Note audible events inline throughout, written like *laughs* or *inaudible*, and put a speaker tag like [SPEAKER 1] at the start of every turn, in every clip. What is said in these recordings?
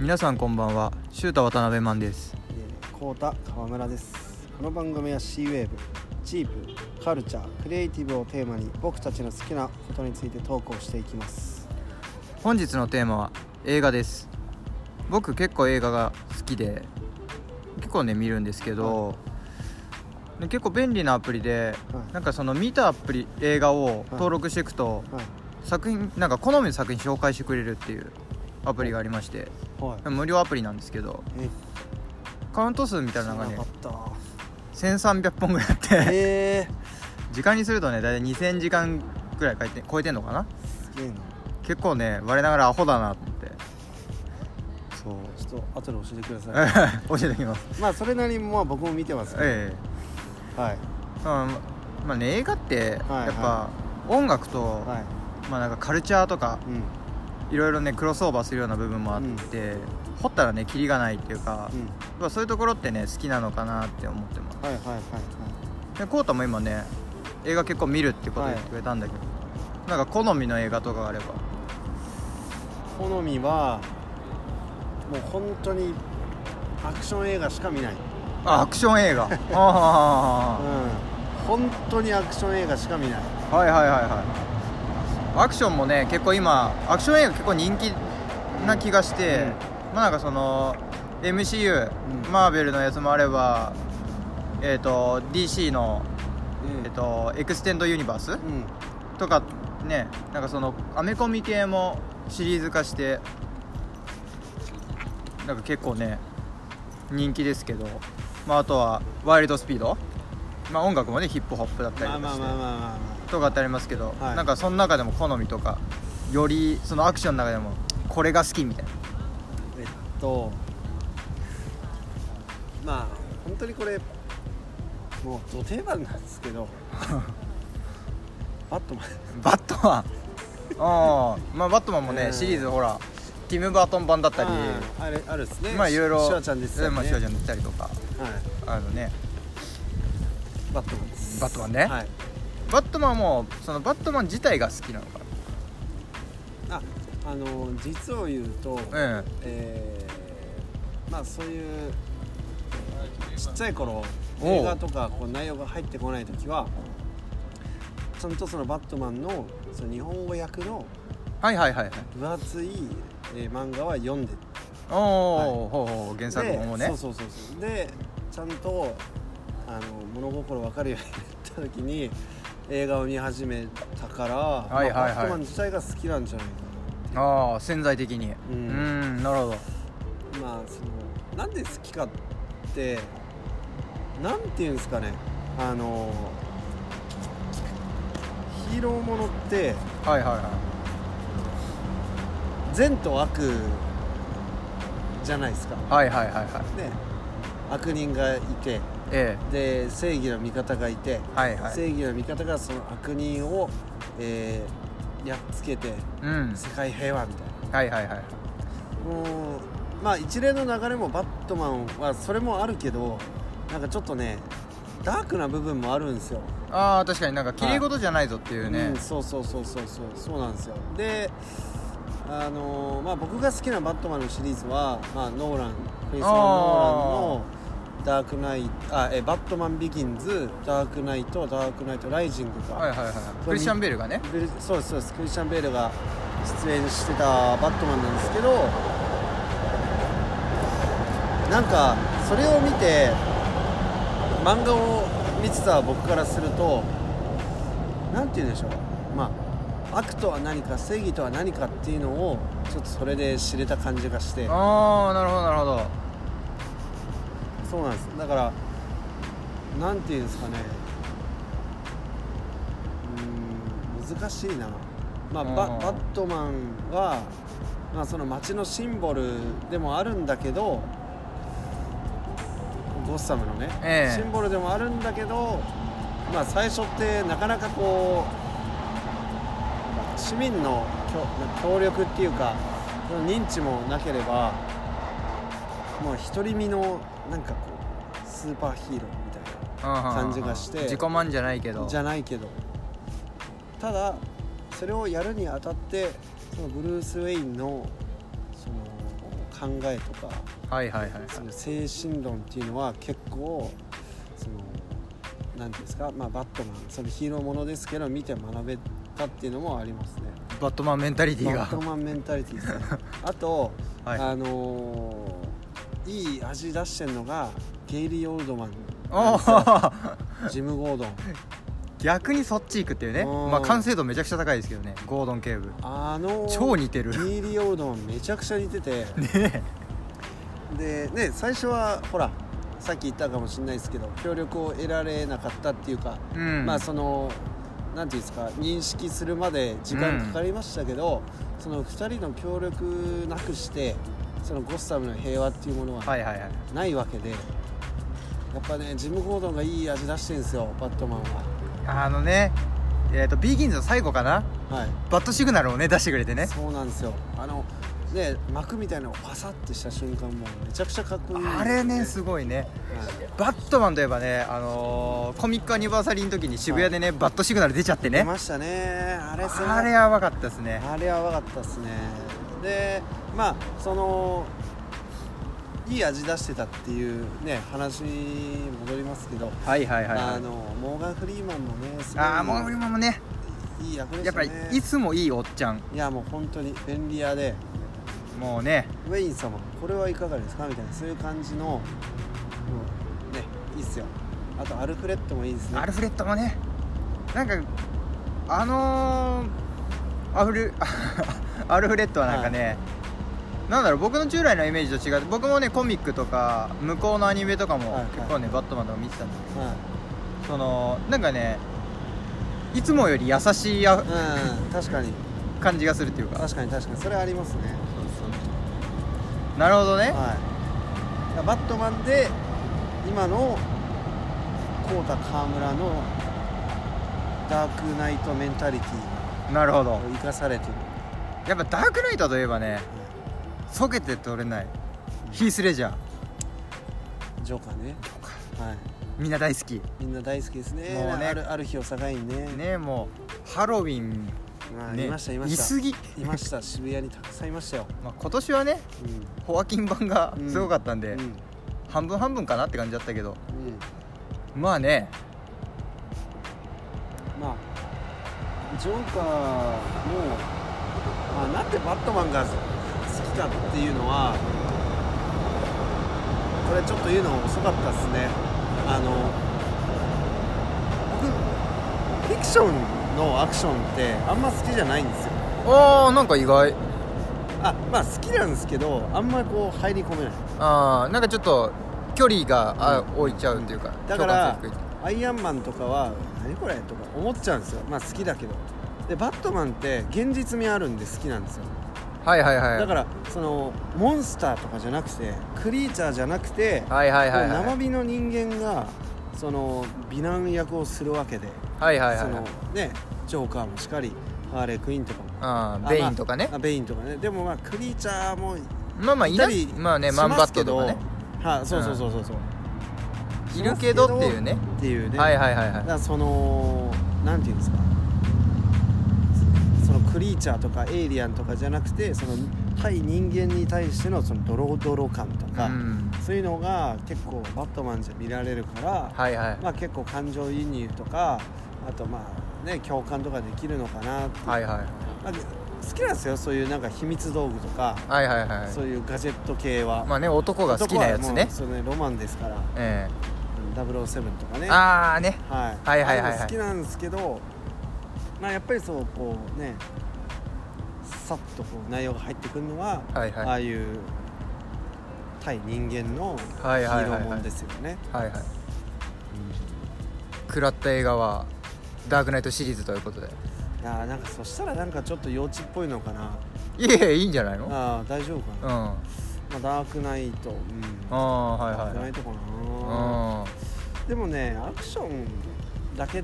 [SPEAKER 1] 皆さんこんばんはシュータ渡辺マンです
[SPEAKER 2] コウタ川村ですこの番組は C ウェーブチープカルチャークリエイティブをテーマに僕たちの好きなことについてトークをしていきます
[SPEAKER 1] 本日のテーマは映画です僕結構映画が好きで結構ね見るんですけど、で結構便利なアプリで、
[SPEAKER 2] はい
[SPEAKER 1] なんかその見たアプリ映画を登録していくと、
[SPEAKER 2] はい
[SPEAKER 1] 作品なんか好みの作品紹介してくれるっていうアプリがありまして
[SPEAKER 2] はい
[SPEAKER 1] 無料アプリなんですけど
[SPEAKER 2] え
[SPEAKER 1] カウント数みたいなのがね
[SPEAKER 2] 知らなかっ
[SPEAKER 1] 1300本ぐらいあったて *laughs*
[SPEAKER 2] え
[SPEAKER 1] 時間にするとね大体2000時間ぐらい書いて超えてんのかな
[SPEAKER 2] ー、すげえな
[SPEAKER 1] 結構ね我ながらアホだなと思ってそう
[SPEAKER 2] ちょっと後で教えてくださ
[SPEAKER 1] *laughs*
[SPEAKER 2] い
[SPEAKER 1] 教えておきます
[SPEAKER 2] まあそれなりにまあ僕も見てますけ
[SPEAKER 1] ええ
[SPEAKER 2] どはい
[SPEAKER 1] まあまあね映画ってやっ
[SPEAKER 2] はい
[SPEAKER 1] ぱ音楽と、
[SPEAKER 2] はい
[SPEAKER 1] まあなんかカルチャーとか
[SPEAKER 2] うん
[SPEAKER 1] いろいろねクロスオーバーするような部分もあって、掘ったらねキリがないっていうか、
[SPEAKER 2] うん
[SPEAKER 1] まあそういうところってね好きなのかなって思ってます
[SPEAKER 2] はいはいはい
[SPEAKER 1] でコウタも今ね映画結構見るってこと言ってくれたんだけど、なんか好みの映画とかがあれば
[SPEAKER 2] はい好みはもう本当にアクション映画しか見ない
[SPEAKER 1] あアクション映
[SPEAKER 2] *laughs*
[SPEAKER 1] 画あ
[SPEAKER 2] うん本当にアクション映画しか見ない
[SPEAKER 1] あはいはいはいはいアクションもね結構今アクション映画結構人気な気がして、まあなんかその MCU、
[SPEAKER 2] うん
[SPEAKER 1] マーベルのやつもあればえっ、と DC の、え
[SPEAKER 2] え
[SPEAKER 1] ー、とエクステンドユニバース
[SPEAKER 2] うん
[SPEAKER 1] とかねなんかそのアメコミ系もシリーズ化してなんか結構ね人気ですけど、まあ、あとはワイルドスピード、まあ、音楽もねヒップホップだったり
[SPEAKER 2] まあ
[SPEAKER 1] とかし
[SPEAKER 2] まあ
[SPEAKER 1] て、
[SPEAKER 2] まあまあまあ、
[SPEAKER 1] とかってありますけど、
[SPEAKER 2] はい
[SPEAKER 1] なんかその中でも好みとかよりそのアクションの中でもこれが好きみたいな
[SPEAKER 2] えっとまあ本当にこれもう土定番なんですけ *laughs* どバットマン
[SPEAKER 1] バット
[SPEAKER 2] *laughs*
[SPEAKER 1] マンああまあバットマンもね、
[SPEAKER 2] うん
[SPEAKER 1] シリーズほらティム・バートン版だったり
[SPEAKER 2] あーあれあるですね
[SPEAKER 1] まあいろいろ
[SPEAKER 2] シュワちゃんですよね、
[SPEAKER 1] まあシュワちゃん出たりとか
[SPEAKER 2] はい、
[SPEAKER 1] あのね
[SPEAKER 2] バットマンです
[SPEAKER 1] バットマンね
[SPEAKER 2] はい
[SPEAKER 1] バットマンもそのバットマン自体が好きなのか
[SPEAKER 2] ああの実を言うと、
[SPEAKER 1] なうん
[SPEAKER 2] えーまあそういうちっちゃい頃
[SPEAKER 1] おう
[SPEAKER 2] 映画とかこう内容が入ってこない時はちゃんとそのバットマンのその日本語訳の
[SPEAKER 1] はいはいはいはい
[SPEAKER 2] 分厚い、えー漫画は読んで
[SPEAKER 1] おお、ほうほう原作もね
[SPEAKER 2] でそうそうそうそうでちゃんとあの物心分かるようになった時に映画を見始めたか
[SPEAKER 1] い
[SPEAKER 2] ら、
[SPEAKER 1] はいはい
[SPEAKER 2] まあバットマン自体が好きなんじゃないかな
[SPEAKER 1] ああ潜在的にう
[SPEAKER 2] うんん
[SPEAKER 1] んなるほど
[SPEAKER 2] まあそのなんで好きかってなんていうんですかねあのヒーローものって
[SPEAKER 1] はいはいはい
[SPEAKER 2] 善と悪じゃないですか
[SPEAKER 1] はいはいはいはい
[SPEAKER 2] ね悪人がいて
[SPEAKER 1] え
[SPEAKER 2] で正義の味方がいて、
[SPEAKER 1] えはいはい
[SPEAKER 2] 正義の味方がその悪人を、えーやっつけて
[SPEAKER 1] うん
[SPEAKER 2] 世界平和みたいな
[SPEAKER 1] はいはいはい
[SPEAKER 2] もうまあ一連の流れもバットマンはそれもあるけどなんかちょっとねダークな部分もあるんですよ、
[SPEAKER 1] ああ確かになんか綺麗事じゃないぞっていうね
[SPEAKER 2] うん、そうそうそうそうそうそうなんですよであのーまあ僕が好きなバットマンのシリーズは、まあ、ノーランクリスマン・ノーランの「ダークナイト」あえ「バットマン・ビギンズ」「ダークナイト」「ダークナイト・ライジングか」
[SPEAKER 1] はいはいはいクリスチャン・ベールがね
[SPEAKER 2] ベルそうですそうですクリスチャン・ベールが出演してた「バットマン」なんですけどなんかそれを見て漫画を見てた僕からするとなんて言うんでしょうまあ悪とは何か正義とは何かっていうのをちょっとそれで知れた感じがして
[SPEAKER 1] ああなるほどなるほど
[SPEAKER 2] そうなんですだからなんていうんですかねうーん難しいな、まあ、バ
[SPEAKER 1] うん
[SPEAKER 2] バットマンは、まあ、その街のシンボルでもあるんだけどゴッサムのね、
[SPEAKER 1] ええ
[SPEAKER 2] シンボルでもあるんだけど、まあ、最初ってなかなかこう市民の協協力っていうかその認知もなければもう独り身のなんかこうスーパーヒーローみたいな。
[SPEAKER 1] 感
[SPEAKER 2] 感じがして
[SPEAKER 1] 自己満じゃないけど
[SPEAKER 2] じゃないけどただそれをやるにあたってそのブルース・ウェインのその考えとか
[SPEAKER 1] はいはいはいはい
[SPEAKER 2] その精神論っていうのは結構その何ていうんですか、まあ、バットマンそのヒーローものですけど見て学べたっていうのもありますね。
[SPEAKER 1] バットマンメンタリティーが
[SPEAKER 2] バットマンメンタリティです
[SPEAKER 1] *laughs*
[SPEAKER 2] ねあと、
[SPEAKER 1] はい
[SPEAKER 2] あのーいい味出してんのがゲイリー・オールドマンなんですよ
[SPEAKER 1] ああ
[SPEAKER 2] ジム・ゴードン
[SPEAKER 1] 逆にそっち行くっていうね
[SPEAKER 2] うん
[SPEAKER 1] まあ完成度めちゃくちゃ高いですけどねゴードン警部
[SPEAKER 2] あのー
[SPEAKER 1] 超似てる
[SPEAKER 2] ゲイリー・オールドマンめちゃくちゃ似てて
[SPEAKER 1] ね
[SPEAKER 2] でね最初はほらさっき言ったかもしれないですけど協力を得られなかったっていうか、
[SPEAKER 1] え *laughs* うん
[SPEAKER 2] まあそのなんていうんですか認識するまで時間かかりましたけど、その2人の協力なくしてそのゴッサムの平和っていうものは
[SPEAKER 1] はいはいはい
[SPEAKER 2] ないわけでやっぱねジム・ゴードンがいい味出してるんですよバットマンは
[SPEAKER 1] あのねえっ、とビギンズの最後かな
[SPEAKER 2] はい、
[SPEAKER 1] バットシグナルをね出してくれてね
[SPEAKER 2] そうなんですよあのね幕みたいなのをパサってした瞬間もめちゃくちゃかっこいいんですよ、
[SPEAKER 1] あれねすごいね
[SPEAKER 2] はい
[SPEAKER 1] バットマンといえばね、あのーコミックアニバーサリーの時に渋谷でね、バットシグナル出ちゃって
[SPEAKER 2] 出
[SPEAKER 1] ね
[SPEAKER 2] ましたねあれすごい
[SPEAKER 1] あれやばかったですね
[SPEAKER 2] あれは分かったですねでまあそのいい味出してたっていうね話に戻りますけど、
[SPEAKER 1] はいはいはい、
[SPEAKER 2] あの
[SPEAKER 1] は
[SPEAKER 2] モーガン・フリーマンもねす
[SPEAKER 1] い、ああもう今もね
[SPEAKER 2] ごいいい役でし
[SPEAKER 1] や
[SPEAKER 2] た
[SPEAKER 1] っぱ
[SPEAKER 2] ね
[SPEAKER 1] りいつもいいおっちゃん
[SPEAKER 2] いやもう本当に便利屋で
[SPEAKER 1] もうね
[SPEAKER 2] ウェイン様これはいかがですかみたいなそういう感じのもうねいいっすよあとアルフレッドもいいですね
[SPEAKER 1] アルフレッドもねなんかあのー、アフル *laughs* アルフレッドはなんかね、なんだろう僕の従来のイメージと違って僕もねコミックとか向こうのアニメとかも
[SPEAKER 2] はいはい
[SPEAKER 1] 結構ね、バットマンとか見てたんだけ
[SPEAKER 2] は
[SPEAKER 1] どそのなんかねいつもより優しいあ
[SPEAKER 2] い、うん、確かに
[SPEAKER 1] 感じがするっていうか
[SPEAKER 2] 確かに確かにそれありますね
[SPEAKER 1] なるほどね、
[SPEAKER 2] はい、バットマンで今の浩太川村のダークナイトメンタリティ
[SPEAKER 1] なるほど
[SPEAKER 2] を生かされてる、
[SPEAKER 1] やっぱダークナイトといえばねそけて取れないヒース・レジャー
[SPEAKER 2] ジョーカーねはい
[SPEAKER 1] みんな大好き
[SPEAKER 2] みんな大好きですね
[SPEAKER 1] もうね
[SPEAKER 2] あるある日を境にね
[SPEAKER 1] ねもうハロウィン
[SPEAKER 2] まあ
[SPEAKER 1] ね
[SPEAKER 2] いましたいました
[SPEAKER 1] すぎ、
[SPEAKER 2] いました渋谷にたくさんいましたよ、
[SPEAKER 1] まあ、今年はね
[SPEAKER 2] う
[SPEAKER 1] ホアキン版が
[SPEAKER 2] うん
[SPEAKER 1] すごかったんで、
[SPEAKER 2] んうんうん
[SPEAKER 1] 半分半分かなって感じだったけどまあね
[SPEAKER 2] まあジョーカーも、まあ、なんでバットマンが好きかっていうのはこれちょっと言うの遅かったですねあの僕フィクションのアクションってあんま好きじゃないんですよ
[SPEAKER 1] あーなんか意外
[SPEAKER 2] あまあ好きなんですけどあんまりこう入り込めない
[SPEAKER 1] あーなんかちょっと距離が、あ置いちゃうっていうか
[SPEAKER 2] だから
[SPEAKER 1] 共感性低い
[SPEAKER 2] アイアンマンとかは何これとか思っちゃうんですよまあ好きだけどでバットマンって現実味あるんで好きなんですよ
[SPEAKER 1] はいはいはい
[SPEAKER 2] だからそのモンスターとかじゃなくてクリーチャーじゃなくて、
[SPEAKER 1] はいはいはいはい
[SPEAKER 2] 生身の人間がその美男役をするわけで、
[SPEAKER 1] はいはいはい
[SPEAKER 2] そのねジョーカーもしかりハーレークイーンとかも
[SPEAKER 1] あ
[SPEAKER 2] あ
[SPEAKER 1] ーベインとかね
[SPEAKER 2] まああベインとかねでもまあクリーチャーも
[SPEAKER 1] まあまあい
[SPEAKER 2] い
[SPEAKER 1] な
[SPEAKER 2] た
[SPEAKER 1] い
[SPEAKER 2] り
[SPEAKER 1] まあね
[SPEAKER 2] し
[SPEAKER 1] マン
[SPEAKER 2] ま
[SPEAKER 1] バ
[SPEAKER 2] す
[SPEAKER 1] ッ
[SPEAKER 2] け
[SPEAKER 1] ト
[SPEAKER 2] ど
[SPEAKER 1] とかね
[SPEAKER 2] はいそうそうそうそうそう、
[SPEAKER 1] いるけどっていうね
[SPEAKER 2] っていうね、
[SPEAKER 1] はいはいはい
[SPEAKER 2] だか
[SPEAKER 1] は
[SPEAKER 2] らそのなんていうんですかそのクリーチャーとかエイリアンとかじゃなくてその対人間に対してのそのドロドロ感とか、
[SPEAKER 1] いうん
[SPEAKER 2] そういうのが結構バットマンじゃ見られるから、
[SPEAKER 1] はいはい
[SPEAKER 2] まあ、結構感情移入とかあとまあね共感とかできるのかなっていう、
[SPEAKER 1] はいはい
[SPEAKER 2] まあで好きなんですよそういうなんか秘密道具とか、
[SPEAKER 1] はいはいはい
[SPEAKER 2] そういうガジェット系は、
[SPEAKER 1] まあね男が好きなやつね
[SPEAKER 2] 男はもうそれねロマンですから
[SPEAKER 1] え
[SPEAKER 2] うん007とかね
[SPEAKER 1] えああね
[SPEAKER 2] はい、
[SPEAKER 1] はいはいはいはい
[SPEAKER 2] ああうの好きなんですけどまあやっぱりそうこうねさっとこう内容が入ってくるのは、
[SPEAKER 1] はいはい
[SPEAKER 2] ああいう対人間のヒ
[SPEAKER 1] はいはいはい
[SPEAKER 2] ー
[SPEAKER 1] は
[SPEAKER 2] ロ
[SPEAKER 1] い
[SPEAKER 2] ーもんですよね、
[SPEAKER 1] はいはい食らった映画はダークナイトシリーズということで
[SPEAKER 2] いやーなんかそしたらなんかちょっと幼稚っぽいのかない
[SPEAKER 1] えいえいいんじゃないのうん
[SPEAKER 2] あー大丈夫かな、ま
[SPEAKER 1] あ
[SPEAKER 2] あ、ダークナイト、うん、
[SPEAKER 1] あはい
[SPEAKER 2] ダー
[SPEAKER 1] は
[SPEAKER 2] クナ
[SPEAKER 1] い
[SPEAKER 2] イトかな
[SPEAKER 1] あ
[SPEAKER 2] でもねアクションだけ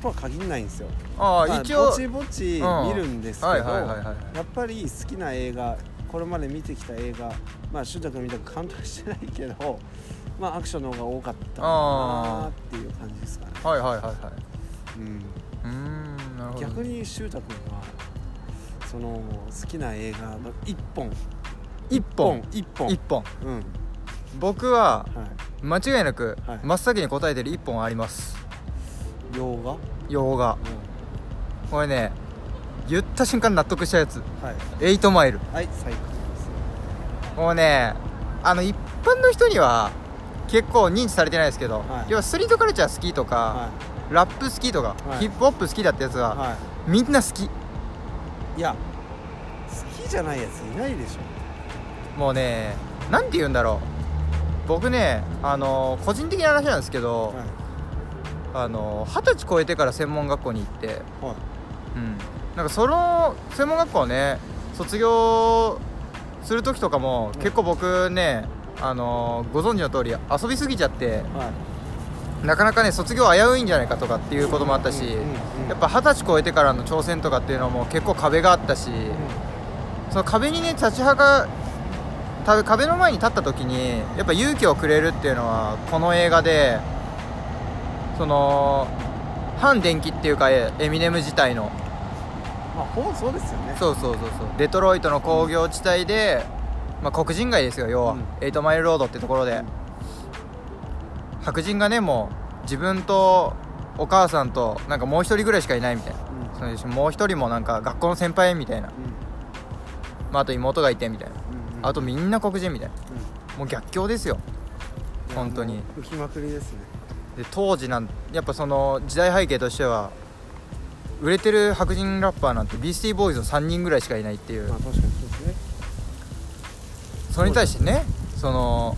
[SPEAKER 2] とは限らないんですよ
[SPEAKER 1] あ
[SPEAKER 2] まあ
[SPEAKER 1] ー一応
[SPEAKER 2] ぼちぼち
[SPEAKER 1] うん
[SPEAKER 2] 見るんですけど、
[SPEAKER 1] はいはいはいはい
[SPEAKER 2] やっぱり好きな映画これまで見てきた映画まあ俊太君みたく感動してないけど *laughs* まあアクションの方が多かったかなっていう感じですかね、
[SPEAKER 1] はいはいはいはい
[SPEAKER 2] うん、
[SPEAKER 1] うーんなるほど
[SPEAKER 2] 逆に俊太君はその好きな映画の1本
[SPEAKER 1] 一本
[SPEAKER 2] 一本
[SPEAKER 1] 一本
[SPEAKER 2] うんは
[SPEAKER 1] 僕は間違いなく
[SPEAKER 2] はい
[SPEAKER 1] 真っ先に答えてる一本あります
[SPEAKER 2] い洋画、うん、
[SPEAKER 1] 洋画これね言った瞬間納得したやつ
[SPEAKER 2] はい
[SPEAKER 1] 8マイル
[SPEAKER 2] はい最高です
[SPEAKER 1] もうねあの一般の人には結構認知されてないですけど、
[SPEAKER 2] はい
[SPEAKER 1] 要はストリートカルチャー好きとか、
[SPEAKER 2] は
[SPEAKER 1] ラップ好きとか、
[SPEAKER 2] はい
[SPEAKER 1] ヒップホップ好きだってやつ
[SPEAKER 2] い
[SPEAKER 1] は、
[SPEAKER 2] は
[SPEAKER 1] みんな好き
[SPEAKER 2] いいや好きじゃないやついないでしょ
[SPEAKER 1] もうねなんて言うんだろう僕ねあの個人的な話なんですけど、
[SPEAKER 2] はい
[SPEAKER 1] あの二十歳超えてから専門学校に行って、
[SPEAKER 2] はい
[SPEAKER 1] うん、なんかその専門学校ね卒業する時とかも
[SPEAKER 2] うん
[SPEAKER 1] 結構僕ねあのご存知の通り遊びすぎちゃって
[SPEAKER 2] はい
[SPEAKER 1] なかなかね卒業危ういんじゃないかとかっていうこともあったし、
[SPEAKER 2] うんうんうん
[SPEAKER 1] やっぱ二十歳超えてからの挑戦とかっていうのも結構壁があったし、その壁にね立ちはがた壁の前に立った時にやっぱ勇気をくれるっていうのはこの映画でその反電気っていうかえエミネム自体の
[SPEAKER 2] まあほぼそうですよね
[SPEAKER 1] そうそうそうそうデトロイトの工業地帯で、まあ、黒人街ですよ要は、
[SPEAKER 2] うん
[SPEAKER 1] エイトマイルロードってところで、
[SPEAKER 2] うん
[SPEAKER 1] 白人がねもう自分とお母さんとなんかもう一人ぐらいしかいないみたいな
[SPEAKER 2] うんうん
[SPEAKER 1] そのもう一人もなんか学校の先輩みたいな、まあ、あと妹がいてみたいな
[SPEAKER 2] うんうん
[SPEAKER 1] あとみんな黒人みたいな
[SPEAKER 2] うんい
[SPEAKER 1] もう逆境ですよ
[SPEAKER 2] や
[SPEAKER 1] 本当に
[SPEAKER 2] もう浮きまくりですね
[SPEAKER 1] で当時なんやっぱその時代背景としては売れてる白人ラッパーなんてビースティーボーイズの3人ぐらいしかいないっていう
[SPEAKER 2] まあ確かにそうですね
[SPEAKER 1] それに対してねその